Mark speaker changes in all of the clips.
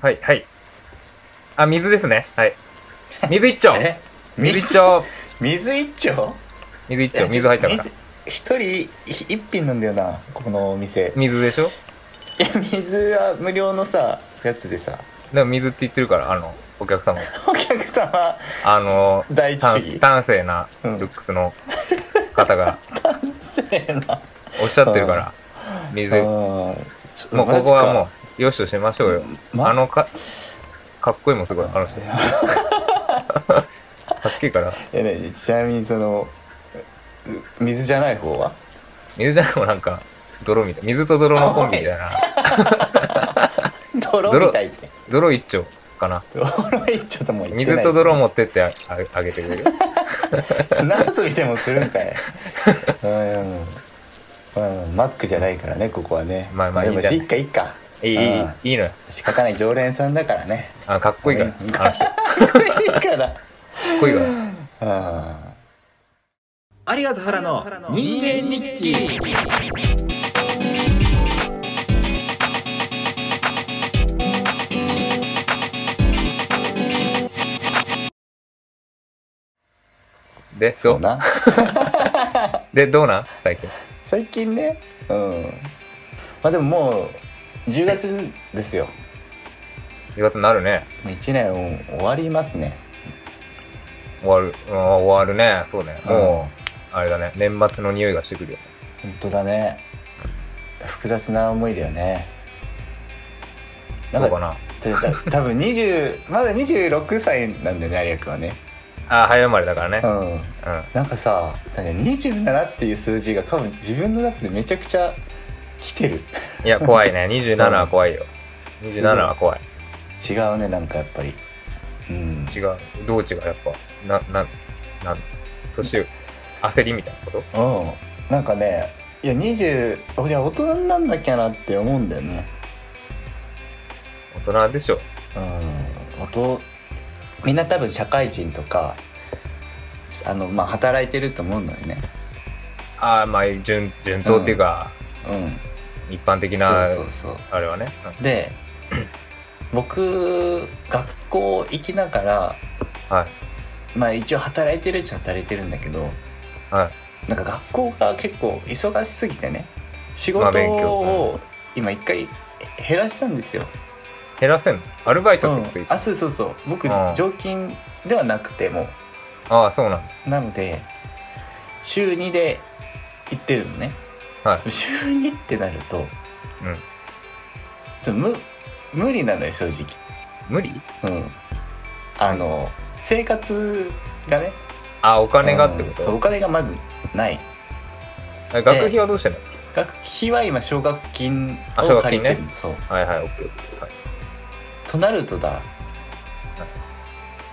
Speaker 1: はい、はい。あ、水ですね。はい。水一丁
Speaker 2: え
Speaker 1: 水一丁
Speaker 2: 水一丁
Speaker 1: 水一丁水入ったから
Speaker 2: 水。一人ひ一品なんだよなここのお店
Speaker 1: 水でしょ
Speaker 2: いや水は無料のさやつ でさ
Speaker 1: でも水って言ってるから、あの、お客様。
Speaker 2: お客様
Speaker 1: あの、
Speaker 2: 第一主
Speaker 1: 端
Speaker 2: 義
Speaker 1: 端正なルックスの方が
Speaker 2: せーな
Speaker 1: おっしゃってるから、 水、もう
Speaker 2: う
Speaker 1: ここはもう、よしとしましょうよ。
Speaker 2: う、ま、
Speaker 1: あのか、かっこいいもんすごい、あの 人。かっけえから。
Speaker 2: いやねちなみにそのう水じゃない方は
Speaker 1: 水じゃなくてもなんか、泥みたい。水と泥のコンビみ たいな。
Speaker 2: 泥みたいって
Speaker 1: 泥一丁かな。
Speaker 2: 泥ちょっともう言ってない
Speaker 1: 水と泥持ってってあああげてくれる。
Speaker 2: 砂遊びでもする んかいうん、うん、マックじゃないからねここはね
Speaker 1: まあまあいいじゃん
Speaker 2: でもいっかい いっか
Speaker 1: いい、い
Speaker 2: うん
Speaker 1: い、いいのよ。
Speaker 2: 仕方ない常連さんだからね
Speaker 1: あかっこいいから。
Speaker 2: うん
Speaker 1: あの人か
Speaker 2: い いから
Speaker 1: っこいいから。
Speaker 2: うん
Speaker 3: 有賀原の人間日記
Speaker 1: で、
Speaker 2: そ
Speaker 1: ど
Speaker 2: う
Speaker 1: う
Speaker 2: な
Speaker 1: で、どうなん最近。
Speaker 2: 最近ねうんまあでももう10月ですよ
Speaker 1: 10月になるね。
Speaker 2: 1年終わりますね
Speaker 1: 終わる。うん終わるね。そうね。
Speaker 2: うん
Speaker 1: もう、あれだね。年末の匂いがしてくるよ。
Speaker 2: 本当だね複雑な思いだよねなん
Speaker 1: そうか
Speaker 2: か
Speaker 1: な。
Speaker 2: た多分20まだ26歳なんだよね有役はね
Speaker 1: あ、早生まれだからね
Speaker 2: う。ん
Speaker 1: うん。
Speaker 2: なんかさなんか27っていう数字が多分自分の中でめちゃくちゃ来てる
Speaker 1: い や、怖いね。27は怖いよ。27は怖い。
Speaker 2: 違うねなんかやっぱりうん
Speaker 1: 違う。どう違うやっぱ。な、な、なん、年を、焦りみたいなこと
Speaker 2: うんなんかねいや20いや大人になんなきゃなって思うんだよね
Speaker 1: 大人でしょ。
Speaker 2: うんあとみんな多分社会人とかあのまあ働いてると思うのよね
Speaker 1: ああ、まあ、順、順当っていうか、
Speaker 2: うん
Speaker 1: 一般的な、
Speaker 2: そうそうそう
Speaker 1: あれはね。うん
Speaker 2: で僕学校行きながら
Speaker 1: はい。
Speaker 2: まあ一応働いてるっちゃ働いてるんだけど
Speaker 1: はい。
Speaker 2: なんか学校が結構忙しすぎてね仕
Speaker 1: ま
Speaker 2: 事
Speaker 1: あ勉強
Speaker 2: を今一回減らしたんですよ、
Speaker 1: 減らせんのアルバイトってこと
Speaker 2: う
Speaker 1: 言
Speaker 2: ん
Speaker 1: っ、
Speaker 2: あそうそうそう僕
Speaker 1: うん
Speaker 2: 常勤ではなくても
Speaker 1: ああ、そうなんだ。
Speaker 2: うなので週2で行ってるのね、
Speaker 1: は
Speaker 2: 週2ってなると、ちょっと無無理なのよ正直
Speaker 1: 無理
Speaker 2: うんあの生活がね
Speaker 1: ああ、お
Speaker 2: お
Speaker 1: 金がってこ
Speaker 2: そう
Speaker 1: と
Speaker 2: お金がまずない
Speaker 1: え学費はどうしてんだっけ
Speaker 2: 学費は今奨学金
Speaker 1: あ奨
Speaker 2: を
Speaker 1: 学
Speaker 2: 借り
Speaker 1: 金
Speaker 2: て
Speaker 1: ね
Speaker 2: る、そう
Speaker 1: はいはい、オッケーオッケー。はい
Speaker 2: となるとだ、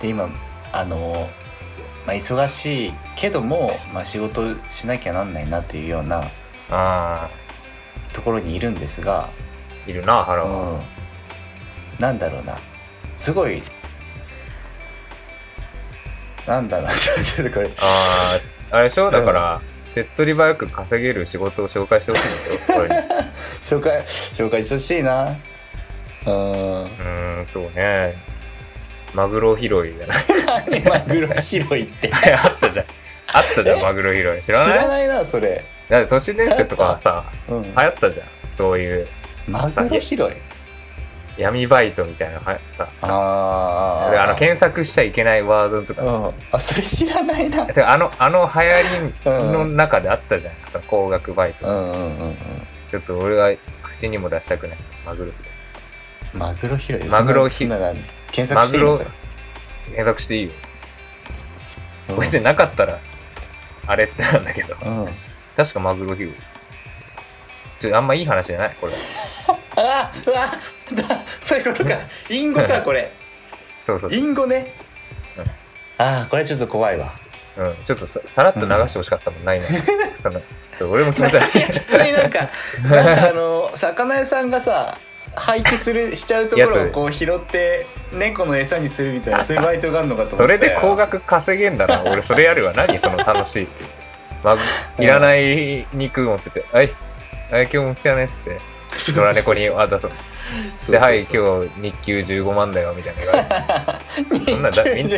Speaker 2: で今あの、まあ、忙しいけども、まあ、仕事しなきゃなんないなというような
Speaker 1: あ
Speaker 2: ところにいるんですが、
Speaker 1: あ、いるな、
Speaker 2: う
Speaker 1: 腹は。
Speaker 2: ん、なんだろうなすごいなんだろう なちょっとこれ
Speaker 1: ああ、あれでしょだから、手っ取り早く稼げる仕事を紹介してほしいんですよ、これに。う
Speaker 2: 紹介紹介してほしいなうん
Speaker 1: ーん、そうね。マグロ拾いじゃない
Speaker 2: 何マグロ拾いって
Speaker 1: あったじゃん。あったじゃん、
Speaker 2: え
Speaker 1: マグロ拾い。
Speaker 2: 知
Speaker 1: 知らない
Speaker 2: らないなそれ、
Speaker 1: だって都市伝説とかはさ、
Speaker 2: うん
Speaker 1: 流行ったじゃん。そういう
Speaker 2: マグロ拾い
Speaker 1: 闇バイトみたいなのはやさ。
Speaker 2: あ
Speaker 1: であの検索しちゃいけないワードとかさ。
Speaker 2: うん、あそれ知らないな
Speaker 1: それあのあの流行りの中であったじゃん、その高額バイト、
Speaker 2: うんうんうんうん
Speaker 1: ちょっと俺は口にも出したくないマグロ
Speaker 2: マグロ拾い
Speaker 1: マグロ拾い
Speaker 2: そんなの検索していいの
Speaker 1: マ
Speaker 2: そ
Speaker 1: グ
Speaker 2: れ
Speaker 1: 検索していいよ
Speaker 2: うん
Speaker 1: これでなかったらあれってなんだけど
Speaker 2: うん
Speaker 1: 確かマグロヒグちょあんまいい話じゃないこれ
Speaker 2: あうわだそういうことかインゴかこれ
Speaker 1: そうそうそ
Speaker 2: イ
Speaker 1: う、
Speaker 2: ンゴね
Speaker 1: うん
Speaker 2: ああこれちょっと怖いわ
Speaker 1: うん、ちょっとささらっと流してほしかったもんない のそのそう俺も気持ち悪い
Speaker 2: 普通になん かなんかあの魚屋さんがさ廃棄するしちゃうところをこう拾って猫の餌にするみたいなそういうバイトがあるのかと思った
Speaker 1: それで高
Speaker 2: が
Speaker 1: 額稼げんだな俺それやるわ何その楽しいってマグいらない肉持ってて「はいはい今日も来たね」っつって ドラ猫に渡す
Speaker 2: そうそうそう
Speaker 1: ではい今日日給15万だよみたいな言わ れてそんなんだみんな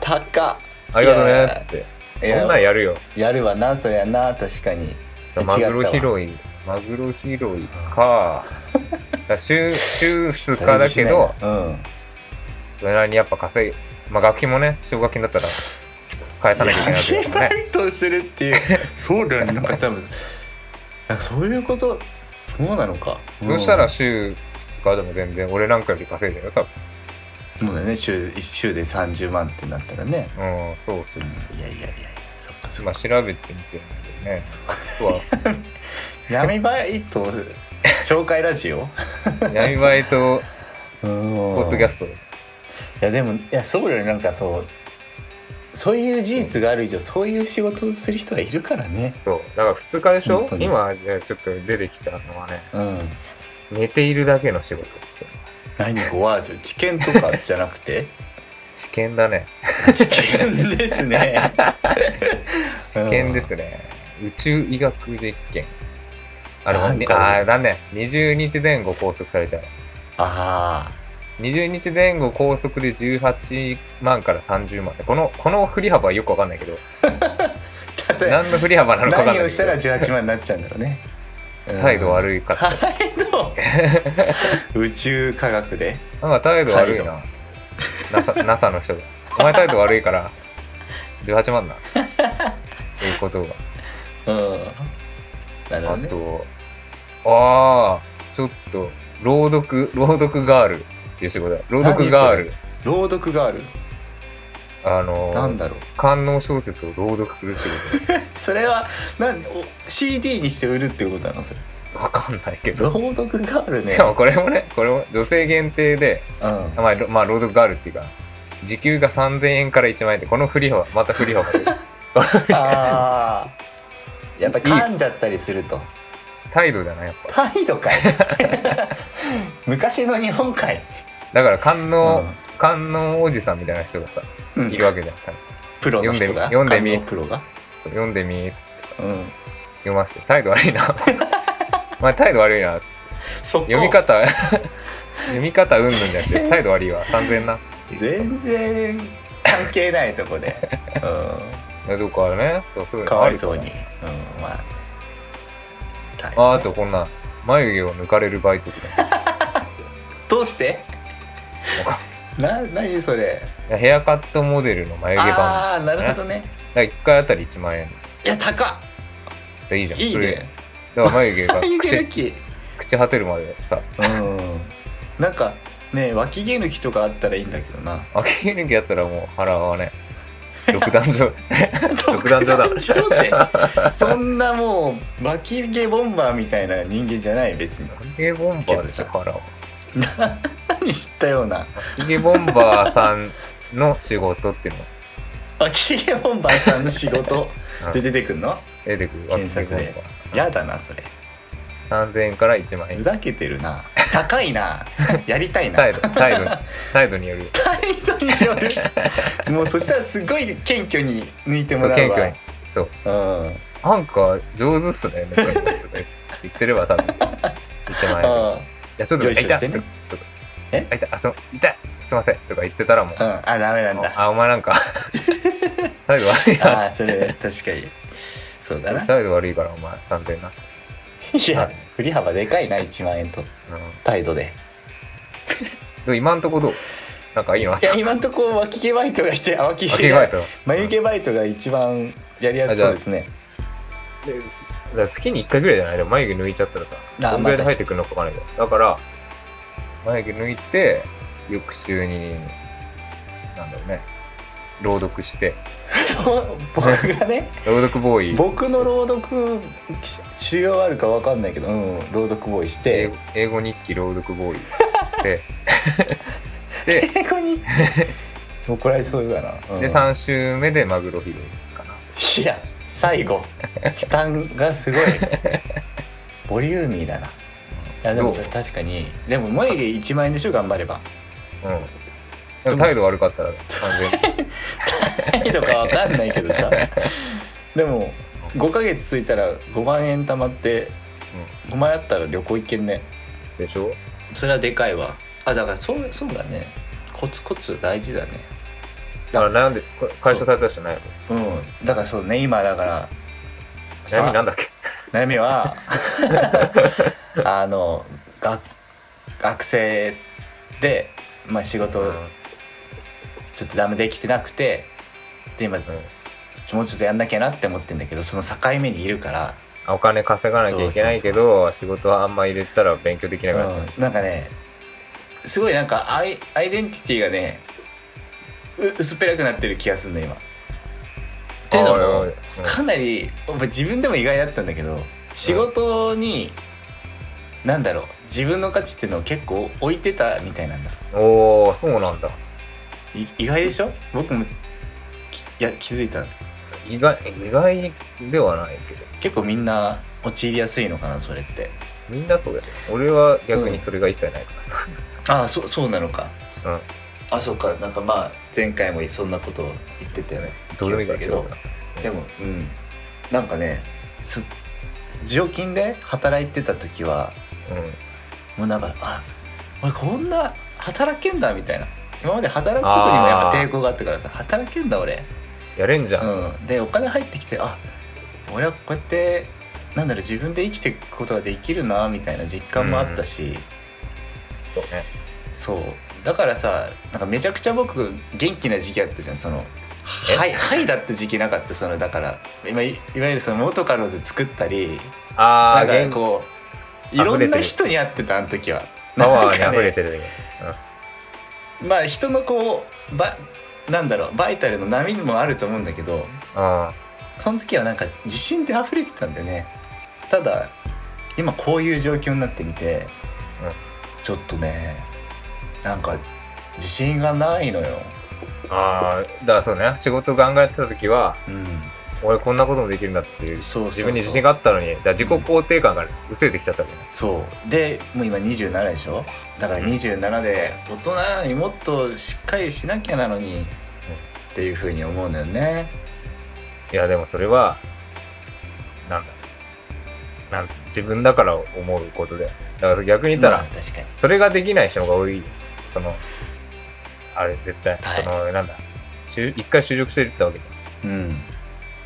Speaker 2: 高
Speaker 1: ありがとうねっつって
Speaker 2: いや
Speaker 1: そんなんやるよ
Speaker 2: っやるわなそりゃな確かに違った
Speaker 1: マ
Speaker 2: わ
Speaker 1: グロ拾いマグロ拾い かだから週週2日だけど
Speaker 2: うん
Speaker 1: それなりにやっぱ稼いまあ学費もね奨学金だったら返さなきゃいけないけど
Speaker 2: 闇バ
Speaker 1: ね
Speaker 2: イトするっていうそうだよねなんか多分なんかそういうことそうなのか
Speaker 1: そしたら
Speaker 2: そ
Speaker 1: 週2日でも全然俺なんかより稼いだよ多分
Speaker 2: うだよね週一週で30万ってなったらね、
Speaker 1: うんそうそう
Speaker 2: うん、いやいやいやいやそっかそ
Speaker 1: そう
Speaker 2: っ
Speaker 1: まあ
Speaker 2: か
Speaker 1: 調べてみてるんだけどねあとは
Speaker 2: 闇バイト紹介ラジオ
Speaker 1: 闇バイ ト ポ
Speaker 2: ポッ
Speaker 1: ッドキャ
Speaker 2: ス
Speaker 1: スト
Speaker 2: トいやでもいやそうだよねなんかそうそういう事実がある以上そういう仕事をする人がいるからね
Speaker 1: そうだから2日でしょ
Speaker 2: 本当に
Speaker 1: 今じゃあちょっと出てきたのはね
Speaker 2: うん
Speaker 1: 寝ているだけの仕事っていうの
Speaker 2: 何こわー知見とかじゃなくて
Speaker 1: 知見だね
Speaker 2: 知見ですね
Speaker 1: 知見ですね、宇宙医学実験あ
Speaker 2: な
Speaker 1: の
Speaker 2: ん
Speaker 1: ね
Speaker 2: か
Speaker 1: あーだね20日前後拘束されちゃう
Speaker 2: あ
Speaker 1: 20日前後拘束で18万から30万このこの振り幅はよくわかんないけ ど
Speaker 2: あ
Speaker 1: 何の振り幅なのかわかん
Speaker 2: 何
Speaker 1: ない
Speaker 2: を
Speaker 1: け
Speaker 2: した
Speaker 1: ど
Speaker 2: ら18万になっちゃうんだろうね、
Speaker 1: 態度
Speaker 2: い
Speaker 1: 悪いかった、
Speaker 2: 態度宇宙科学で
Speaker 1: なんか態度悪いなつって NASA, NASA の人が「お前態度悪いから18万な」つ っていうことが
Speaker 2: うんなるほ
Speaker 1: あ
Speaker 2: どね
Speaker 1: とああちょっと朗読朗読ガールっていう仕事だ朗読ガール
Speaker 2: 朗読がある
Speaker 1: あの
Speaker 2: なんだろう
Speaker 1: 官能小説を朗読する仕事
Speaker 2: それはなんお CD にして売るっていうことなのそれ
Speaker 1: わかんないけど
Speaker 2: 朗読があるね
Speaker 1: しか もこれもねこれも女性限定で、
Speaker 2: うん
Speaker 1: まあ、ろまあ朗読ガールっていうか時給が3000円から1万円ってこの振り幅また振り 幅で
Speaker 2: あーやっぱ噛んじゃったりすると
Speaker 1: 態度だなやっぱ
Speaker 2: 態 度かい昔の日本かい、
Speaker 1: だから官能、
Speaker 2: うん
Speaker 1: 観音おじさんみたいな人がさ
Speaker 2: うん
Speaker 1: いるわけじゃん多分
Speaker 2: プロの人が
Speaker 1: 読んでみ
Speaker 2: 官能プロが
Speaker 1: そう読んでみーっつってさ
Speaker 2: うん
Speaker 1: 読ませて態度悪い なお前態度悪いなっつって
Speaker 2: そこ
Speaker 1: 読み方読み方うんぬんじゃな くて態度悪いわ3000なっていうさ
Speaker 2: 全然関係ないと こで、
Speaker 1: いやどうかねそうそうい
Speaker 2: うん、
Speaker 1: う
Speaker 2: か
Speaker 1: のあ
Speaker 2: わい
Speaker 1: る
Speaker 2: そう
Speaker 1: ら
Speaker 2: に、うん、まあ大変
Speaker 1: ああとこんな眉毛を抜かれるバイトとか
Speaker 2: どうして な何それ
Speaker 1: ヘアカットモデルの眉毛版だか
Speaker 2: ああーなるほどね
Speaker 1: ら1回あたり1万円
Speaker 2: いや高
Speaker 1: でいいじゃ
Speaker 2: っ
Speaker 1: ん
Speaker 2: いい
Speaker 1: それ
Speaker 2: ね
Speaker 1: だから眉毛 が
Speaker 2: 眉毛
Speaker 1: 口
Speaker 2: 抜き
Speaker 1: 朽ち果てるまでさ
Speaker 2: うんなんかね脇毛抜きとかあったらいいんだけどな
Speaker 1: あき抜きやったらもう腹はね独壇 場 独壇場だ
Speaker 2: 独壇 場でそんなもう脇毛ボンバーみたいな人間じゃない別に
Speaker 1: ヒゲボンバーでしょ腹は
Speaker 2: 何知ったような
Speaker 1: ヒゲボンバーさんの仕事っていうの
Speaker 2: 脇毛ボンバーさんの仕事
Speaker 1: うん
Speaker 2: で出てくんの
Speaker 1: 出てくる
Speaker 2: 検索で
Speaker 1: ヒゲボンバーさん
Speaker 2: やだなそれ
Speaker 1: 3000円から1万
Speaker 2: ふ
Speaker 1: 円
Speaker 2: ざけてるな高い なやりたいな
Speaker 1: 態度態度に態度による
Speaker 2: 態度によ るもうそしたらすごい謙虚に抜いても
Speaker 1: そう
Speaker 2: ら
Speaker 1: 謙
Speaker 2: う
Speaker 1: 虚
Speaker 2: わ
Speaker 1: にそう
Speaker 2: うんうん
Speaker 1: なんか上手っすね、みたいなこと言ってれば多分、1万円とか。いや、ちょっと
Speaker 2: よ
Speaker 1: 痛
Speaker 2: いし
Speaker 1: い
Speaker 2: ょ
Speaker 1: た
Speaker 2: してね
Speaker 1: とか、とか
Speaker 2: え
Speaker 1: あ痛いあ、そう、痛いすいませんとか言ってたらもう、
Speaker 2: うんあダメなんだ
Speaker 1: あ、お前 なんか、態度悪い
Speaker 2: あ
Speaker 1: なっ
Speaker 2: ーそれ確かにそうだ
Speaker 1: て。
Speaker 2: な
Speaker 1: 態度悪いからお前3円なっつって。
Speaker 2: いや振り幅でかいな1万円と
Speaker 1: うん
Speaker 2: 態度で
Speaker 1: でも今んとこどうなんかいいのあっ
Speaker 2: い
Speaker 1: た
Speaker 2: や今んとこ脇毛バイトがしてあ脇
Speaker 1: あ、
Speaker 2: 毛
Speaker 1: 着替え
Speaker 2: が
Speaker 1: たよ
Speaker 2: 眉毛バイトが一番やりやすそうですね
Speaker 1: ですだから月に1回ぐらいじゃないでも眉毛抜いちゃったらさ、
Speaker 2: あ
Speaker 1: どんぐらいで生えてくるのかわかんないけど。だから、眉毛抜いて、翌週に、なんだろうね、朗読して、
Speaker 2: 僕がね
Speaker 1: 朗読ボーイ。
Speaker 2: 僕の朗読修行あるかわかんないけど、うん、朗読ボーイし
Speaker 1: 英
Speaker 2: て
Speaker 1: 語英語日記朗読ボーイして して
Speaker 2: 英語 に怒られそうだな、うん
Speaker 1: で3週目でマグロ拾いかない
Speaker 2: や最後負担がすごいボリューミーだないやでも
Speaker 1: どう
Speaker 2: 確かにでも眉毛1万円でしょ頑張れば
Speaker 1: うんでも態度悪かったら完全に
Speaker 2: 態度かわかんないけどさでも5ヶ月ついたら5万円貯まって5枚あったら旅行行けんね
Speaker 1: でしょ
Speaker 2: それはでかいわあだからそうそうだねコツコツ大事だね
Speaker 1: だから悩んでこれ解消された人ない
Speaker 2: うんだからそうね今だから
Speaker 1: 悩みな
Speaker 2: さ
Speaker 1: んだっけ
Speaker 2: 悩 みはあの学学生で、まあ、仕事
Speaker 1: うん
Speaker 2: ちょっとダメできてなくてで今
Speaker 1: うん
Speaker 2: もうちょっとやんなきゃなって思ってんだけどその境目にいるから
Speaker 1: お金稼がなきゃいけないけど仕事はあんま入れたら勉強できなくなっちゃうし、
Speaker 2: うんなんかねすごいなんかアイアイデンティティがねう薄っぺらくなってる気がするの今。っていうの
Speaker 1: ああ
Speaker 2: も
Speaker 1: うん
Speaker 2: かなりやっぱ自分でも意外だったんだけど仕事に、なんだろう自分の価値っていうのを結構置いてたみたいなんだ
Speaker 1: おおそうなんだ
Speaker 2: い意外でしょ僕もきいや気づいた
Speaker 1: 意外意外ではないけど
Speaker 2: 結構みんな陥りやすいのかなそれって
Speaker 1: みんなそうでしょ俺は逆にそれが一切ないからさ、
Speaker 2: ああそそうなのか
Speaker 1: うん
Speaker 2: あそうかなんかまあ前回もそんなことを言ってたよね
Speaker 1: どうでもいいから仕事だ
Speaker 2: でもうんなんかねそ常勤で働いてた時は
Speaker 1: うん
Speaker 2: もうなんかあ俺こんな働けんだみたいな今まで働くことにもやっぱ抵抗があったからさ働けんだ俺、
Speaker 1: やれんじゃん、
Speaker 2: うん、でお金入ってきてあ俺はこうやってなんだろう自分で生きていくことができるなみたいな実感もあったし、
Speaker 1: そうね
Speaker 2: そうだからさなんかめちゃくちゃ僕元気な時期あったじゃんその「
Speaker 1: え
Speaker 2: はい」はい、だって時期なかったそのだから今いいわゆるその元カノズ作ったり
Speaker 1: あ
Speaker 2: な
Speaker 1: あ
Speaker 2: んか
Speaker 1: 言語
Speaker 2: こうい
Speaker 1: 溢
Speaker 2: ろ
Speaker 1: れ
Speaker 2: ん
Speaker 1: て
Speaker 2: な
Speaker 1: る
Speaker 2: 人に会ってたあの時は
Speaker 1: パワーに
Speaker 2: なんかね
Speaker 1: 溢れてるね
Speaker 2: まあ人のこうばなんだろうバイタルの波もあると思うんだけど
Speaker 1: うん
Speaker 2: その時はなんか自信で溢れてたんだよねただ今こういう状況になってみて、
Speaker 1: うん
Speaker 2: ちょっとねなんか自信がないのよ
Speaker 1: ああだからそうね仕事ガンガンやってた時は
Speaker 2: うん
Speaker 1: 俺こんなこともできるんだっていう
Speaker 2: そうそうそう
Speaker 1: 自分に自信があったのにだから自己肯定感が薄れてきちゃったわけね
Speaker 2: そうでもう今27でしょだから27で大人なのにもっとしっかりしなきゃなのにっていうふうに思うのよね
Speaker 1: いやでもそれはなんだなんつ自分だから思うことでだから逆に言ったら、
Speaker 2: まあ確かに
Speaker 1: それができない人の方が多いそのあれ絶対、
Speaker 2: はい
Speaker 1: そのなんだ就一回就職してったわけじ
Speaker 2: うん
Speaker 1: ゃんなん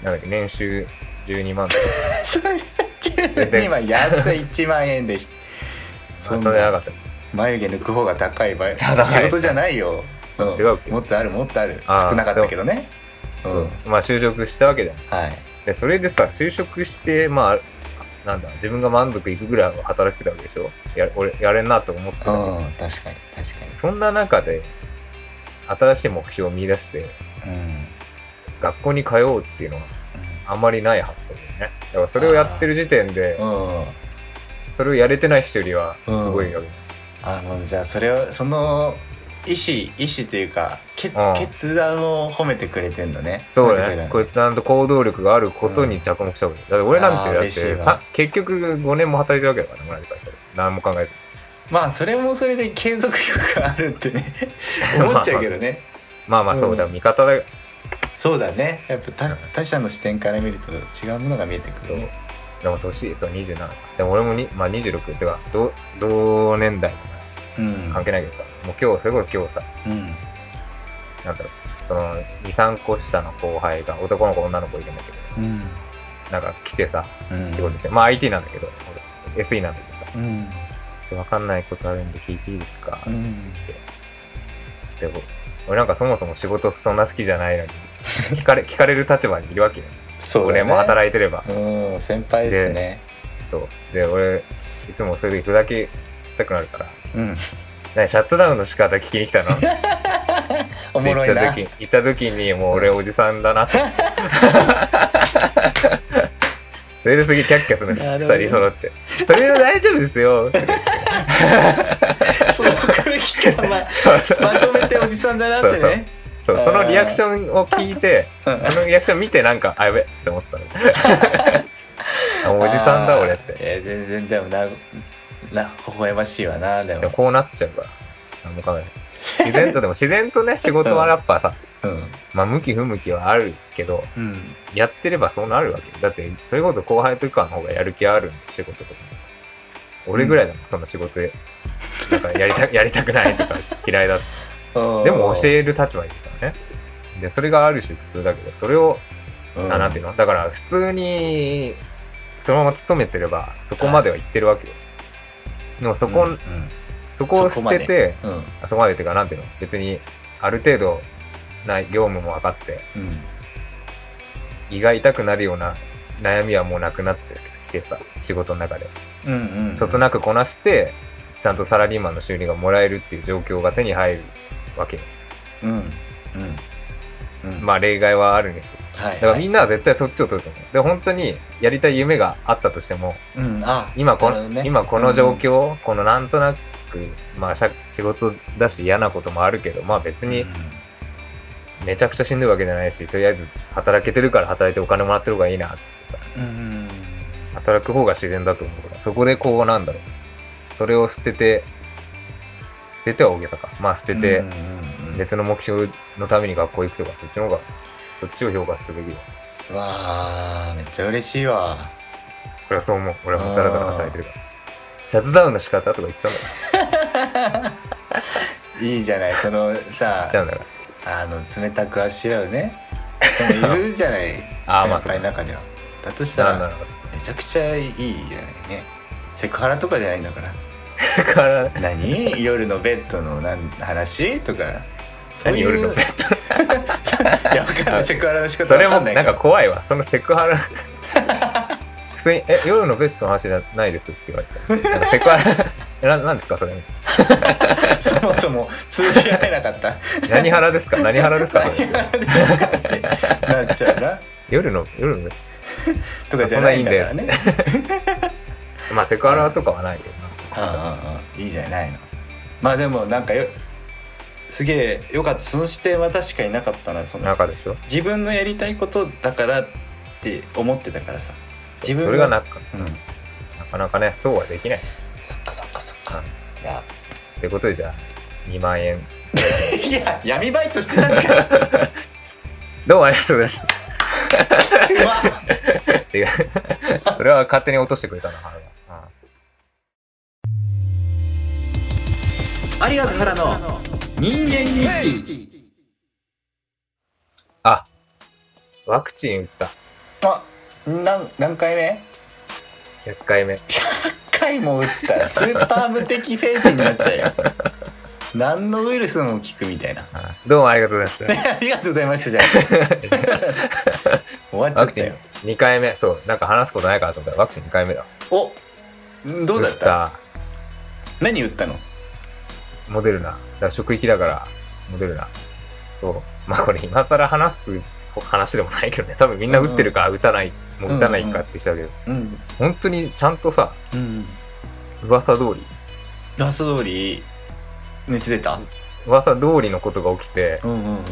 Speaker 1: だっけ年収12万とか
Speaker 2: それ12万安い1万円で
Speaker 1: そんなじゃなかった
Speaker 2: 眉毛抜く方が高い場合
Speaker 1: 高い
Speaker 2: 仕事じゃないよ
Speaker 1: そう
Speaker 2: うん
Speaker 1: 違うっけ
Speaker 2: もっとあるもっとある
Speaker 1: あー
Speaker 2: 少なかったけどねう
Speaker 1: そ
Speaker 2: ん
Speaker 1: うまあ就職したわけじゃん
Speaker 2: はい
Speaker 1: でそれでさ就職してまあなんだ自分が満足いくぐらいは働いてたわけでしょや俺やれんなと思って
Speaker 2: う
Speaker 1: たわけじゃん
Speaker 2: ん確かに確か
Speaker 1: そんな中で新しい目標を見出して
Speaker 2: にうん
Speaker 1: 学校に通おうっていうのはあんまりない発想だよねだからそれをやってる時点で
Speaker 2: うんうん
Speaker 1: それをやれてない人よりはすごいよ、
Speaker 2: あもうじゃあそれをその意思意思というか決
Speaker 1: うん
Speaker 2: 決断を褒めてくれてんのね
Speaker 1: そう
Speaker 2: 褒め
Speaker 1: だ
Speaker 2: て
Speaker 1: ね
Speaker 2: くれた
Speaker 1: こいつちゃんと行動力があることに着目したこと、だって俺なんて
Speaker 2: あー
Speaker 1: だっ
Speaker 2: 嬉しい
Speaker 1: て
Speaker 2: わ
Speaker 1: さ結局5年も働いてるわけだからね同じ会社で何も考えず
Speaker 2: まあそれもそれで継続力があるって ね思っちゃうけどね
Speaker 1: まあまあそうだ、味方だよ
Speaker 2: そうだねやっぱ他他者の視点から見ると違うものが見えてく
Speaker 1: そう
Speaker 2: るね
Speaker 1: でも年そう27かでも俺もに、まあ、26ってか同同年代だか
Speaker 2: うん
Speaker 1: ら関係ないけどさもう今日それこそ今日さ
Speaker 2: うん
Speaker 1: なんだろうその23個下の後輩が男の子女の子いるんだけど
Speaker 2: うん
Speaker 1: なんか来てさ
Speaker 2: うん
Speaker 1: 仕事して、まあ IT なんだけど俺 SE なんだけどさ
Speaker 2: うん
Speaker 1: ちょっと分かんないことあるんで聞いていいですか、
Speaker 2: うん
Speaker 1: ってきてでも俺なんかそもそも仕事そんな好きじゃないのに聞かれ 聞かれる立場にいるわけよ、
Speaker 2: そう
Speaker 1: 俺も
Speaker 2: い
Speaker 1: 働いてれば
Speaker 2: うん先輩ですね
Speaker 1: そうで俺いつもそういう時砕けたくなるから
Speaker 2: うん
Speaker 1: 何シャットダウンの仕方聞きに来たなって
Speaker 2: おも
Speaker 1: 言
Speaker 2: ろ
Speaker 1: っ
Speaker 2: い
Speaker 1: た
Speaker 2: な
Speaker 1: 時言った時にもう俺おじさんだなって それで次キャッキャするの
Speaker 2: な
Speaker 1: 2
Speaker 2: るほど
Speaker 1: 人揃って「それは大丈夫です よ」
Speaker 2: その空気感ま
Speaker 1: そうそう
Speaker 2: まとめておじさんだなってね
Speaker 1: そうそのリアクションを聞いて
Speaker 2: うん
Speaker 1: そのリアクション見てなんかあやべって思 ったのあおじさんだ俺っ
Speaker 2: あー
Speaker 1: て
Speaker 2: えー全然でもなな微笑ましいわなで
Speaker 1: でも
Speaker 2: も
Speaker 1: こうなっちゃうから何も考えない自然とでも自然と ね仕事はやっぱさ、
Speaker 2: うん
Speaker 1: まあ、向き不向きはあるけど
Speaker 2: うん
Speaker 1: やってればそうなるわけだってそれこそ後輩とかの方がやる気あるんで仕事とかもさ俺ぐらいだもん、その仕事で。なんかやり たやりたくないとか嫌いだっつって。でも教える立場にいるからね。で、それがある種普通だけど、それを、
Speaker 2: うん
Speaker 1: あなんていうのだから普通に、そのまま勤めてれば、そこまでは行ってるわけよ。でもそこ、
Speaker 2: うんうん
Speaker 1: そこを捨てて、
Speaker 2: うん
Speaker 1: あそこまでっていうか、なんていうの別に、ある程度、ない、業務も分かって、
Speaker 2: うん
Speaker 1: 胃が痛くなるような悩みはもうなくなってきてさ、仕事の中で。
Speaker 2: うんうん
Speaker 1: そつなくこなして、ちゃんとサラリーマンの収入がもらえるっていう状況が手に入るわけよ。
Speaker 2: うんうんうん
Speaker 1: まあ例外はあるにしてです、
Speaker 2: はいはい
Speaker 1: だからみんなは絶対そっちを取ると思う。で、本当にやりたい夢があったとしても、
Speaker 2: うんあ
Speaker 1: 今こ
Speaker 2: なる
Speaker 1: の、
Speaker 2: ほどね
Speaker 1: 今この状況、このなんとなく、まあしゃ仕事だし嫌なこともあるけど、まあ別にめちゃくちゃしんどいわけじゃないし、とりあえず働けてるから働いてお金もらってる方がいいな、っつってさ、
Speaker 2: うんうん
Speaker 1: 働く方が自然だと思うから、そこでこうなんだろう。それを捨てて、捨てては大げさか。まあ捨てて、
Speaker 2: うんうんうん
Speaker 1: 別の目標のために学校行くとか、そっちの方が、そっちを評価すべきだ。
Speaker 2: うわあめっちゃ嬉しいわ
Speaker 1: 俺はそう思う。俺はダラダラ働いてるから。シャツダウンの仕方とか言っちゃうんだか
Speaker 2: いいじゃないその
Speaker 1: ら。言
Speaker 2: さ
Speaker 1: っちゃうんだか
Speaker 2: あの冷たくあしらうね人もいるじゃない
Speaker 1: ら。 ああ、まあそ
Speaker 2: 先
Speaker 1: う
Speaker 2: 輩の
Speaker 1: か。
Speaker 2: 中ではだとした
Speaker 1: なんだ
Speaker 2: ら
Speaker 1: ろうっつって。
Speaker 2: めちゃくちゃいいじゃないねセクハラとかじゃないんだから
Speaker 1: だから、
Speaker 2: 何夜のベッドのなん話とかそう
Speaker 1: 何
Speaker 2: いう
Speaker 1: 夜のベッ
Speaker 2: いやわか んないセクハラの仕
Speaker 1: ド。
Speaker 2: 方
Speaker 1: それ
Speaker 2: わ
Speaker 1: も
Speaker 2: かんな
Speaker 1: ないんか
Speaker 2: か
Speaker 1: ら怖いわ。そのセク ハラ。普通に、え、夜のベッドの話じゃないですって言われて。なんかセクハラ、 ななんですかそれ。
Speaker 2: そもそも通じ合えなかった
Speaker 1: 何ハラですか何ハラですかそれ。
Speaker 2: なっちゃうな
Speaker 1: 夜の、夜のベッ
Speaker 2: とかじゃないんだから
Speaker 1: そん
Speaker 2: ね
Speaker 1: ド。まあセクハラとかはないけどな。
Speaker 2: うんうんうんいいじゃないのまあでもなんかよすげえよかったその視点は確かになかったなその
Speaker 1: 中でしょ
Speaker 2: 自分のやりたいことだからって思ってたからさ
Speaker 1: そ
Speaker 2: 自分は
Speaker 1: それがなか
Speaker 2: うん
Speaker 1: なかなかね、そうはできないですよ。
Speaker 2: そっかそっかそっかいや
Speaker 1: ってことでじゃあ、2万円。
Speaker 2: いや闇バイトしてたんか
Speaker 1: どうもありがとうございました。
Speaker 2: うわ
Speaker 1: っていう。 それは勝手に落としてくれたな、原が。うん
Speaker 3: 有賀原 の人間日記
Speaker 1: あ、ワクチン打った。
Speaker 2: あなん何回目
Speaker 1: 100回目。
Speaker 2: 回も打ったらスーパー無敵精神になっちゃう よ何のウイルスも効くみたいな
Speaker 1: うんどうもありがとうございまし
Speaker 2: ありがとうございましたじゃ
Speaker 1: た。
Speaker 2: あ終わっちゃ
Speaker 1: ワク
Speaker 2: った
Speaker 1: チン
Speaker 2: よ
Speaker 1: 2回目。そう、なんか話すことないかなと思ったら、ワクチン2回目だ。
Speaker 2: おどうだった
Speaker 1: 打
Speaker 2: 何打ったの
Speaker 1: ったモデルナ。だから職域だから、モデルナ。そう。まあこれ今更話す話でもないけどね。多分みんな打ってるか、打たない、もう打たないかって人だけど、
Speaker 2: うん
Speaker 1: 本当にちゃんとさ、
Speaker 2: うん
Speaker 1: 噂通り、
Speaker 2: ラスト通り熱出た
Speaker 1: 噂通りのことが起きて、
Speaker 2: うんうんうん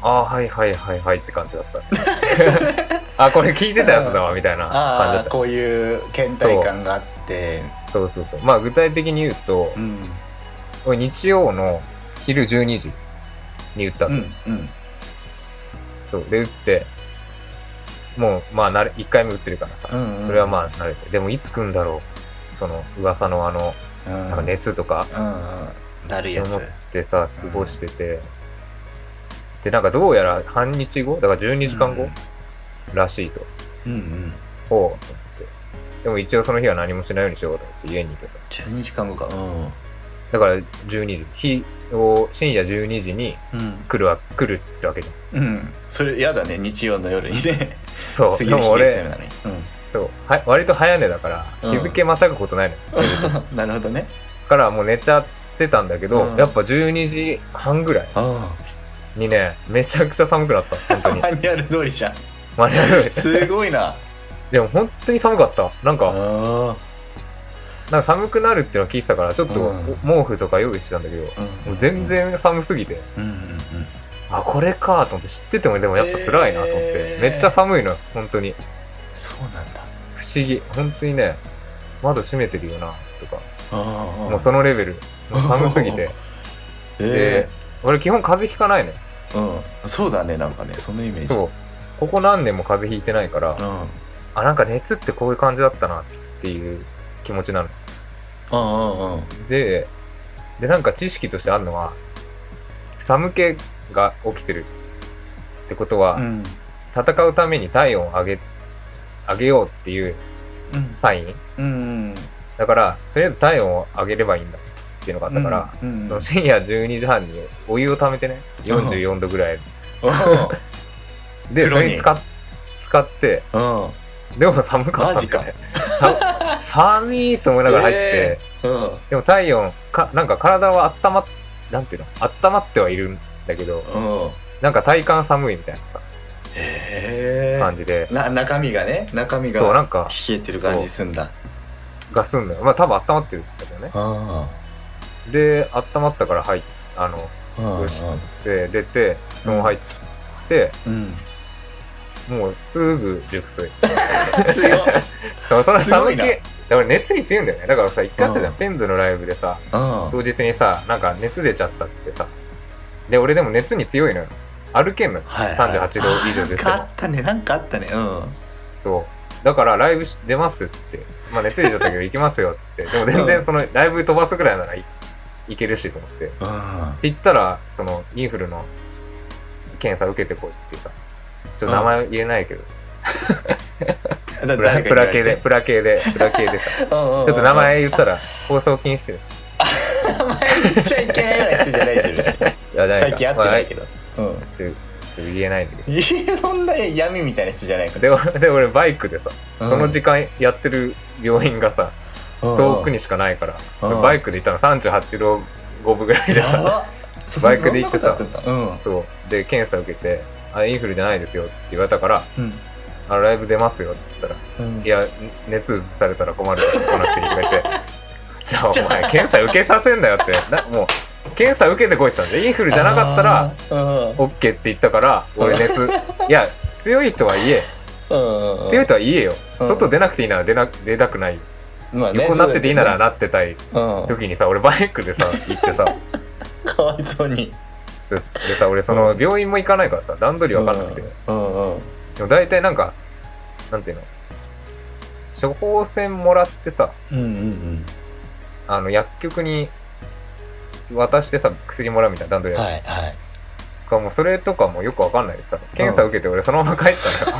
Speaker 1: ああ、はいはいはいはいって感じだっ た。あ、これ聞いてたやつだわ、みたいな感じだ
Speaker 2: あ
Speaker 1: っ
Speaker 2: あ
Speaker 1: た。
Speaker 2: こういう倦怠感があって
Speaker 1: そうそうそう。まあ具体的に言うと
Speaker 2: う、ん
Speaker 1: 俺日曜の昼12時に打った
Speaker 2: う
Speaker 1: の、
Speaker 2: んうん
Speaker 1: そう。で、打って、もうまあ慣れ、1回目打ってるからさ、
Speaker 2: うんうん
Speaker 1: それはまあ慣れて。でもいつ来んだろう、その噂のあの、
Speaker 2: うん
Speaker 1: なんか熱とか、
Speaker 2: うんうんだるいやつ
Speaker 1: 思ってさ、過ごしてて、で、なんかどうやら半日後、だから12時間後、らしいと。
Speaker 2: うんうん
Speaker 1: ほうと思って。でも一応その日は何もしないようにしようと思って家にいてさ。
Speaker 2: 12時間後かうん
Speaker 1: だから12時、日を深夜12時に
Speaker 2: うん
Speaker 1: 来るわ、来るってわけじゃん。
Speaker 2: うん、それ嫌だね日曜の夜にね
Speaker 1: そう。
Speaker 2: 次
Speaker 1: で
Speaker 2: の日
Speaker 1: も
Speaker 2: 月
Speaker 1: 俺、
Speaker 2: 曜なのにうん
Speaker 1: そう、は割と早寝だから、
Speaker 2: うん
Speaker 1: 日付またぐことないの。
Speaker 2: なるほどね
Speaker 1: からもう寝ちゃってたんだけど、
Speaker 2: うん
Speaker 1: やっぱ12時半ぐらい
Speaker 2: あ
Speaker 1: にね、めちゃくちゃ寒くなった。本当
Speaker 2: あ
Speaker 1: に。
Speaker 2: マニュアル通りじゃん
Speaker 1: マニュアル通り
Speaker 2: すごいな
Speaker 1: でも本当に寒かった。なんか、
Speaker 2: あ
Speaker 1: なんか寒くなるっていうのは聞いてたから、ちょっと
Speaker 2: うん
Speaker 1: 毛布とか用意してたんだけど、
Speaker 2: あ
Speaker 1: もう全然寒すぎて。
Speaker 2: うんうんうん
Speaker 1: あこれかと思って知っててもでもやっぱ辛いなと思って、
Speaker 2: えー
Speaker 1: めっちゃ寒いのよ本当に
Speaker 2: そうなんだ
Speaker 1: 不思議本当にね窓閉めてるよなとか
Speaker 2: も
Speaker 1: もうそのレベルもう寒すぎ てで俺基本風邪ひかないのよ
Speaker 2: うん、そうだねなんかねそのイメージ
Speaker 1: そうここ何年も風邪ひいてないから
Speaker 2: うん
Speaker 1: あなんか熱ってこういう感じだったなっていう気持ちなの
Speaker 2: うんうんうん
Speaker 1: で、で、なんか知識としてあるのは、寒気が起きてるってことは、
Speaker 2: うん
Speaker 1: 戦うために体温を上げ、上げようっていう
Speaker 2: うん
Speaker 1: サイン。
Speaker 2: うん
Speaker 1: だから、とりあえず体温を上げればいいんだっていうのがあったから、
Speaker 2: うんうんうん
Speaker 1: その深夜12時半にお湯をためてね、44度ぐらい。で、
Speaker 2: 風
Speaker 1: そ
Speaker 2: 呂
Speaker 1: れ
Speaker 2: に
Speaker 1: に使っ使って、
Speaker 2: うんうん
Speaker 1: でも寒かったんだよね。さ 寒いと思いながら入って、
Speaker 2: えうん
Speaker 1: でも体温か、なんか体は温まっ、なんていうの温まってはいるんだけど、
Speaker 2: うん
Speaker 1: なんか体感寒いみたいなさ、
Speaker 2: へ
Speaker 1: 感じで、
Speaker 2: えな中身がね中身が
Speaker 1: そう、なんか、
Speaker 2: 冷えてる感じすんだ
Speaker 1: がすんのよ。まあ多分温まってるんだけどね。
Speaker 2: あ
Speaker 1: で、温まったから入っあの、
Speaker 2: あうん
Speaker 1: よしで、出て、布団入って、
Speaker 2: うん
Speaker 1: もうすぐ熟睡。
Speaker 2: 強い
Speaker 1: だからその寒気、
Speaker 2: すごいな
Speaker 1: だから熱に強いんだよね。だからさ、一回あったじゃん、
Speaker 2: うん
Speaker 1: ペンズのライブでさ、
Speaker 2: うん
Speaker 1: 当日にさ、なんか熱出ちゃったっつってさ、で、俺でも熱に強いのよ。歩けんのよ。
Speaker 2: はい
Speaker 1: 38度以上です
Speaker 2: あなんかあったねなんかあったねうん
Speaker 1: そう。だからライブし出ますって、まあ熱出ちゃっ たけど行きますよっつって、でも全然そのライブ飛ばすぐらいならいいけるしと思って。って
Speaker 2: うん
Speaker 1: 言ったら、そのインフルの検査受けてこいってさ、ちょっと名前言えないけど、プラプラ系で、プラ系で、プラ系で さ、ち
Speaker 2: ちょ
Speaker 1: ょっと名前言ったら放送禁止で。
Speaker 2: 名前言っちゃいけないような人じゃな いしね
Speaker 1: いや
Speaker 2: 最近会ってないけ。
Speaker 1: ま
Speaker 2: どうん
Speaker 1: あちょちょ言えないんだけど。
Speaker 2: そんな闇みたいな人じゃないから
Speaker 1: で 俺で、俺バイクでさ、その時間やってる病院がさ、遠く
Speaker 2: に
Speaker 1: にしかないから、
Speaker 2: うん
Speaker 1: バイクで行ったの38度5分ぐらいでさ、 バ
Speaker 2: バ
Speaker 1: イクで行ってさ
Speaker 2: うん
Speaker 1: そうで検査受けてあ「インフルじゃないですよ」って言われたから
Speaker 2: うん
Speaker 1: 「あライブ出ますよ」って言ったら「
Speaker 2: うん
Speaker 1: いや熱うつされたら困るから来なくていい」とか言って 「じゃあお前検査受けさせんなよ」ってなもう検査受けてこいって言ってたんでインフルじゃなかったら
Speaker 2: あー
Speaker 1: OK って言ったから俺熱いや強いとはいえ
Speaker 2: うんうん
Speaker 1: 強いとは言えよ
Speaker 2: うん
Speaker 1: 外出なくていいなら出な出たくないよ
Speaker 2: まあね
Speaker 1: 横になってていいならなってたい
Speaker 2: うん
Speaker 1: 時にさ俺バイクでさ行って さ
Speaker 2: かわいそうに
Speaker 1: すでさ俺その病院も行かないからさ段取り分かんなくて、
Speaker 2: うんうん
Speaker 1: でも大体なんかなんていうの処方箋もらってさ
Speaker 2: うんうん
Speaker 1: あの薬局に渡してさ薬もらうみたいな段取
Speaker 2: うん
Speaker 1: りやる
Speaker 2: はいはい
Speaker 1: かもうそれとかもよくわかんないでさ検査受けて俺そのまま帰 った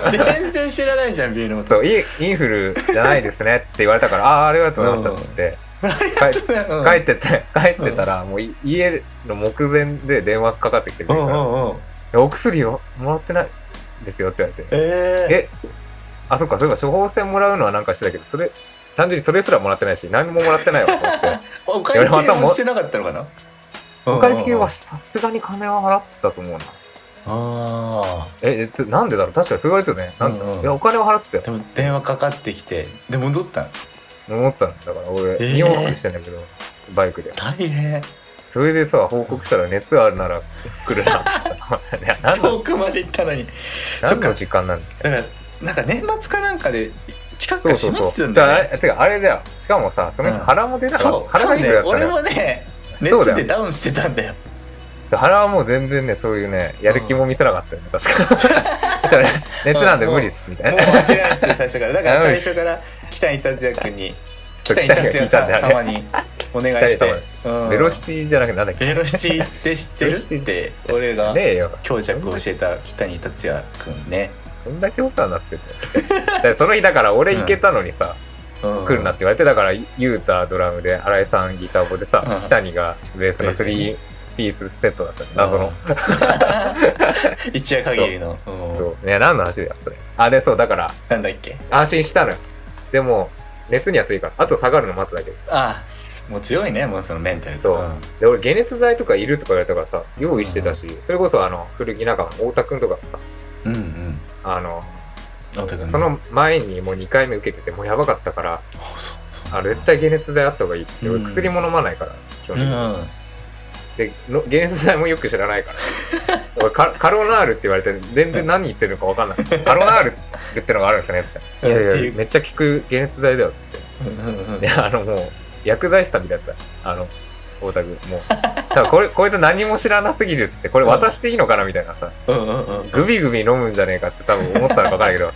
Speaker 1: のよ、
Speaker 2: 全然知らないじゃんビールも
Speaker 1: そうインインフルじゃないですねって言われたからああありがとうございましたって言って、
Speaker 2: う
Speaker 1: 帰帰ってって帰ってたらもうい家の目前で電話かかってきてく
Speaker 2: う
Speaker 1: れる
Speaker 2: ん
Speaker 1: か
Speaker 2: う
Speaker 1: ら、
Speaker 2: んうん
Speaker 1: いやお薬をもらってないですよって言われて
Speaker 2: ええ
Speaker 1: え、あ、そっか、そういえば処方箋もらうのはなんかしてたけど、それ、単純にそれすらもらってないし、何ももらってないわと思って。
Speaker 2: お会計はしてなかったのかな
Speaker 1: お会計はさすがに金は払ってたと思うな。
Speaker 2: ああ
Speaker 1: え、えっと、なんでだろう確かにそう言われてるよね。なんで、
Speaker 2: うんうん
Speaker 1: いや、お金は払ってた
Speaker 2: でも電話かかってきてで戻ったの
Speaker 1: よ。思ったんだから、俺、
Speaker 2: えー
Speaker 1: 2往復してんだけど、バイクで。
Speaker 2: 大変
Speaker 1: それでさ、報告したら熱あるなら来るなっつって た。いや、何の、
Speaker 2: 遠くまで行ったのにそっ
Speaker 1: 何
Speaker 2: か
Speaker 1: の時間なんだ
Speaker 2: だからなんか年末かなんかで近く
Speaker 1: そ
Speaker 2: が
Speaker 1: うそう
Speaker 2: 閉
Speaker 1: そ
Speaker 2: まってた
Speaker 1: う。
Speaker 2: ん
Speaker 1: じゃあ、
Speaker 2: だ
Speaker 1: あ
Speaker 2: よね
Speaker 1: れ、てか、あれだよ。しかもさ、その日
Speaker 2: うん
Speaker 1: 腹も出なかった。
Speaker 2: そう
Speaker 1: 腹がいいんだ
Speaker 2: 多
Speaker 1: った
Speaker 2: 分ね俺
Speaker 1: ら、
Speaker 2: もね
Speaker 1: そうだ
Speaker 2: 熱
Speaker 1: よ
Speaker 2: でダウンしてたんだよ
Speaker 1: そう原はもう全然ねそういうねやる気も見せなか ったよね、確かじゃあね熱なんで無理っすみた
Speaker 2: も
Speaker 1: いうな
Speaker 2: 諦めてた最初からだから
Speaker 1: ダウン
Speaker 2: 最
Speaker 1: し
Speaker 2: 初から北に達也君に
Speaker 1: そう
Speaker 2: 北に
Speaker 1: 北に聞
Speaker 2: 達也
Speaker 1: いたんだ
Speaker 2: さ
Speaker 1: よ
Speaker 2: 様
Speaker 1: ね
Speaker 2: にお願いし
Speaker 1: 北
Speaker 2: て
Speaker 1: に
Speaker 2: うん
Speaker 1: ベロシティじゃなくてなんだっけ
Speaker 2: ベロシティって知って
Speaker 1: ベ
Speaker 2: る
Speaker 1: ロシティ
Speaker 2: って俺が
Speaker 1: ねえよ
Speaker 2: 強弱を教えた北に達也君ね
Speaker 1: どんだけお世話になってんだよだからその日だから俺行けたのにさ、
Speaker 2: 来
Speaker 1: 来るなって言われてだからゆうたドラムで新井さんギターボでさ、
Speaker 2: うん
Speaker 1: 北にがベースの
Speaker 2: ベース
Speaker 1: 3ピースセットだったの謎 の、
Speaker 2: うん一夜限りのうん
Speaker 1: そういや何の話だよそれあでそうだから
Speaker 2: なんだっけ
Speaker 1: 安心したのよでも熱には強いからあと下がるの待つだけです
Speaker 2: ああもう強いねもうそのメンタル
Speaker 1: そう
Speaker 2: うん
Speaker 1: で俺解熱剤とかいるとか言われたからさ用意してたし、それこそあの古着仲間太田君とかもさ
Speaker 2: うんうん
Speaker 1: あの、
Speaker 2: 太田君
Speaker 1: その前にもう2回目受けててもうやばかったから
Speaker 2: あそうそう
Speaker 1: あ絶対解熱剤あった方がいいっつって、
Speaker 2: うん
Speaker 1: 俺薬も飲まないから基本
Speaker 2: う
Speaker 1: 的に、
Speaker 2: ん
Speaker 1: での解熱剤もよく知らない から俺カカロナールって言われて全然何言ってるのか分かんないカロナールってのがあるんですねってい
Speaker 2: うん
Speaker 1: や
Speaker 2: って
Speaker 1: い
Speaker 2: い
Speaker 1: や
Speaker 2: う
Speaker 1: めっちゃ効く解熱剤だよっつって
Speaker 2: うんうんうん
Speaker 1: であのもう薬剤師さんみたいだったあの大田君もうただこれ こいつ何も知らなすぎるっつってこれ渡していいのかなみたいなさ
Speaker 2: うんうんうん
Speaker 1: グビグビ飲むんじゃねえかって多分思ったの か分かんないけど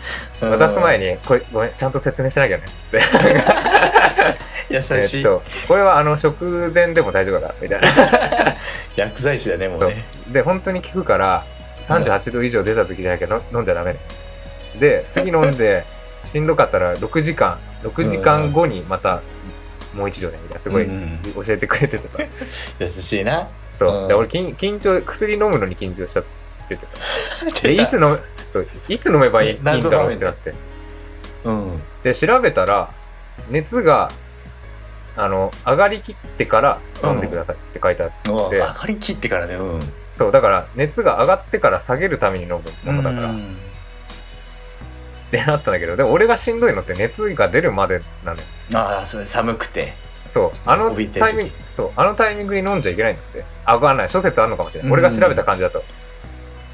Speaker 1: 渡す前に「これごめんちゃんと説明しなきゃね」っつって
Speaker 2: 優
Speaker 1: え
Speaker 2: し
Speaker 1: っ
Speaker 2: い、
Speaker 1: と、これはあの食前でも大丈夫だからみた いな。
Speaker 2: 薬剤師だねもうね
Speaker 1: で、本当に効くから、38度以上出た時じゃなきゃの飲んじゃダメなんです。で、次飲ん で、しんどかったら6時間、6時間後にまたもう一度ね、みたいな、すごい
Speaker 2: うんうん
Speaker 1: 教えてくれててさ。
Speaker 2: 優しいな
Speaker 1: そうう。
Speaker 2: ん
Speaker 1: で、俺緊、緊張、薬飲むのに緊張しちゃって てさ。で、
Speaker 2: 出た
Speaker 1: いつ飲む、そう、いつ飲めばいいいいんだ
Speaker 2: 謎
Speaker 1: ろ
Speaker 2: の
Speaker 1: うってなって。
Speaker 2: うん
Speaker 1: で、調べたら、熱が、あの、上がりきってから飲んでくださいって書いてあって
Speaker 2: もう
Speaker 1: で
Speaker 2: 上がりきってからねうん
Speaker 1: そう、だから熱が上がってから下げるために飲むものだから。
Speaker 2: う
Speaker 1: っ
Speaker 2: ん
Speaker 1: てなったんだけど、でも俺がしんどいのって熱が出るまでなのよ。
Speaker 2: ああそれ寒くて
Speaker 1: そう、あの
Speaker 2: 怯えてる時
Speaker 1: タイミング、そう、あのタイミングに飲んじゃいけないんだって。あ、わかんない。諸説あるのかもしれない。俺が調べた感じだと。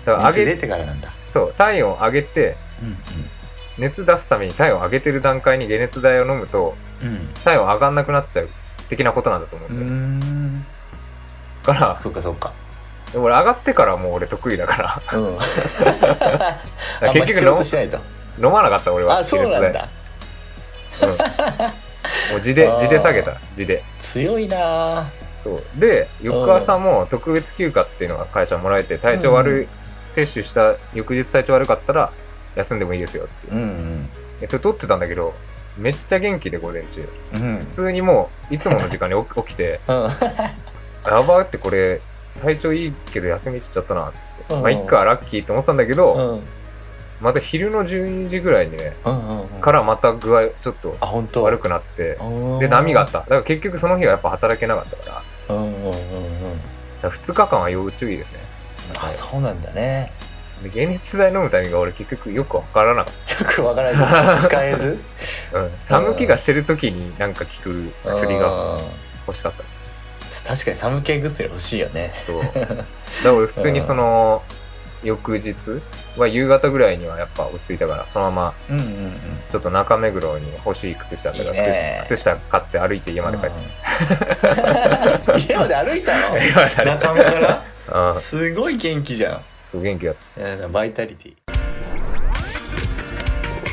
Speaker 1: だから
Speaker 2: 熱
Speaker 1: 上
Speaker 2: 出
Speaker 1: げ、
Speaker 2: てからなんだ
Speaker 1: そう、体温上げて、
Speaker 2: うん
Speaker 1: 熱出すために体温上げてる段階に解熱剤を飲むと、
Speaker 2: うん
Speaker 1: 体温上がんなくなっちゃう的なことなんだと思うん
Speaker 2: う
Speaker 1: だよ。
Speaker 2: ん
Speaker 1: だから、
Speaker 2: そっかそっか
Speaker 1: でも俺上がってからもう俺得意だから。
Speaker 2: うん
Speaker 1: だから
Speaker 2: あん ま
Speaker 1: 結
Speaker 2: 必要と
Speaker 1: 局
Speaker 2: しないと
Speaker 1: 飲飲まなかった俺は。
Speaker 2: あそうな
Speaker 1: 解
Speaker 2: んだ
Speaker 1: 熱剤。うん。もう地で、地で下げた。地で。
Speaker 2: 強いな
Speaker 1: そうで翌朝も特別休暇っていうのが会社もらえて体調悪い、摂取した翌日体調悪かったら休んでもいいですよっていう
Speaker 2: うんうん
Speaker 1: でそれ取ってたんだけどめっちゃ元気で午前中
Speaker 2: うん
Speaker 1: 普通にもういつもの時間に起起きて
Speaker 2: うん
Speaker 1: やばってこれ体調いいけど休みつっちゃったなっつって、
Speaker 2: うん
Speaker 1: まあいっかラッキーと思ってたんだけど、
Speaker 2: うん
Speaker 1: また昼の12時ぐらいにね
Speaker 2: うんうん
Speaker 1: からまた具合ちょっと
Speaker 2: あ本当
Speaker 1: 悪くなって
Speaker 2: うん
Speaker 1: で波があっただから結局その日はやっぱ働けなかったから
Speaker 2: うんうんうんうん
Speaker 1: だ2日間は要注意ですね
Speaker 2: あそうなんだね
Speaker 1: で解熱剤飲むタイミングが俺結局よくわからなかっ
Speaker 2: よくわからない使え ず
Speaker 1: た、うん、寒気がしてる時になんか効く薬が
Speaker 2: うん
Speaker 1: 欲しかった
Speaker 2: 確かに寒気薬欲しいよね
Speaker 1: そうだから俺普通にその翌日は夕方ぐらいにはやっぱ落ち着いたからそのまま
Speaker 2: うんうんうん
Speaker 1: ちょっと中目黒に欲しい靴下だから
Speaker 2: いいね
Speaker 1: 靴下靴下買って歩いて家まで帰って
Speaker 2: うん 家まで 歩いたの
Speaker 1: 家まで 歩い
Speaker 2: 中村 か
Speaker 1: たう
Speaker 2: ら
Speaker 1: ん
Speaker 2: すごい元気じゃ
Speaker 1: すごい元気だった
Speaker 2: んやだバイタリティ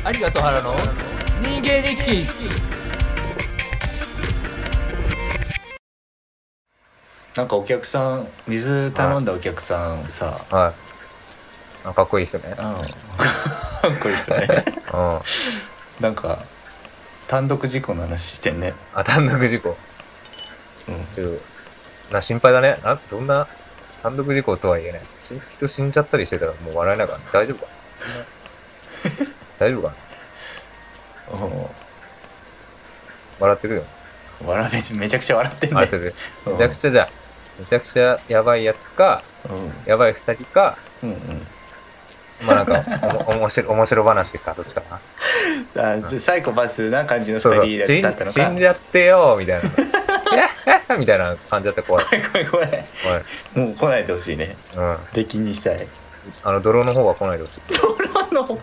Speaker 3: ありがとう原の人間日記
Speaker 2: なんかお客さん水頼んだお客さんさ、
Speaker 1: はいあかっこいい人ね
Speaker 2: うんかっこいい人ね
Speaker 1: うんあ
Speaker 2: なんか単独事故の話してんね
Speaker 1: 単独事故
Speaker 2: うん
Speaker 1: ちょっとな心配だねあどんな単独事故とはいえねし人死んじゃったりしてたらもう笑えながら 大丈夫か大丈夫かな笑ってるよ。
Speaker 2: 笑めめちゃくちゃ笑ってんね
Speaker 1: 笑ってる。めちゃくちゃじゃあ、めちゃくちゃやばいやつか、
Speaker 2: う
Speaker 1: やばい二人か、
Speaker 2: んうんうん
Speaker 1: まあなんか、おも面 白面白話か、どっちかな。
Speaker 2: あちょサイコパスな感じの
Speaker 1: そうそう、
Speaker 2: 2
Speaker 1: 死
Speaker 2: 人
Speaker 1: ん
Speaker 2: だったのか
Speaker 1: 死んじゃってよ、みたいな。みたいな感じだったら怖い。
Speaker 2: ごめんごめん
Speaker 1: 怖い。
Speaker 2: もう来ないでほしいね
Speaker 1: うん。
Speaker 2: 出禁にしたい
Speaker 1: あの、泥の方は来ないでほしい。
Speaker 2: あの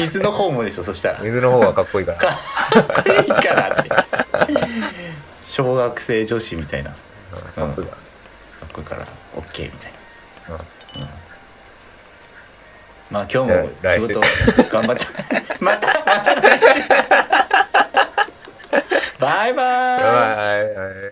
Speaker 2: 水の方もでしょそしたら
Speaker 1: 水の方はかっこいいから。
Speaker 2: これいいからって小学生女子みたいなか
Speaker 1: うん、かっこいいか
Speaker 2: っこいいから OK みたい
Speaker 1: ら。うん
Speaker 2: な、うんまあ今日
Speaker 1: じゃ
Speaker 2: も
Speaker 1: あ来
Speaker 2: 仕
Speaker 1: 週
Speaker 2: 事頑張って またまた来週バイバイ
Speaker 1: やばいはいはい。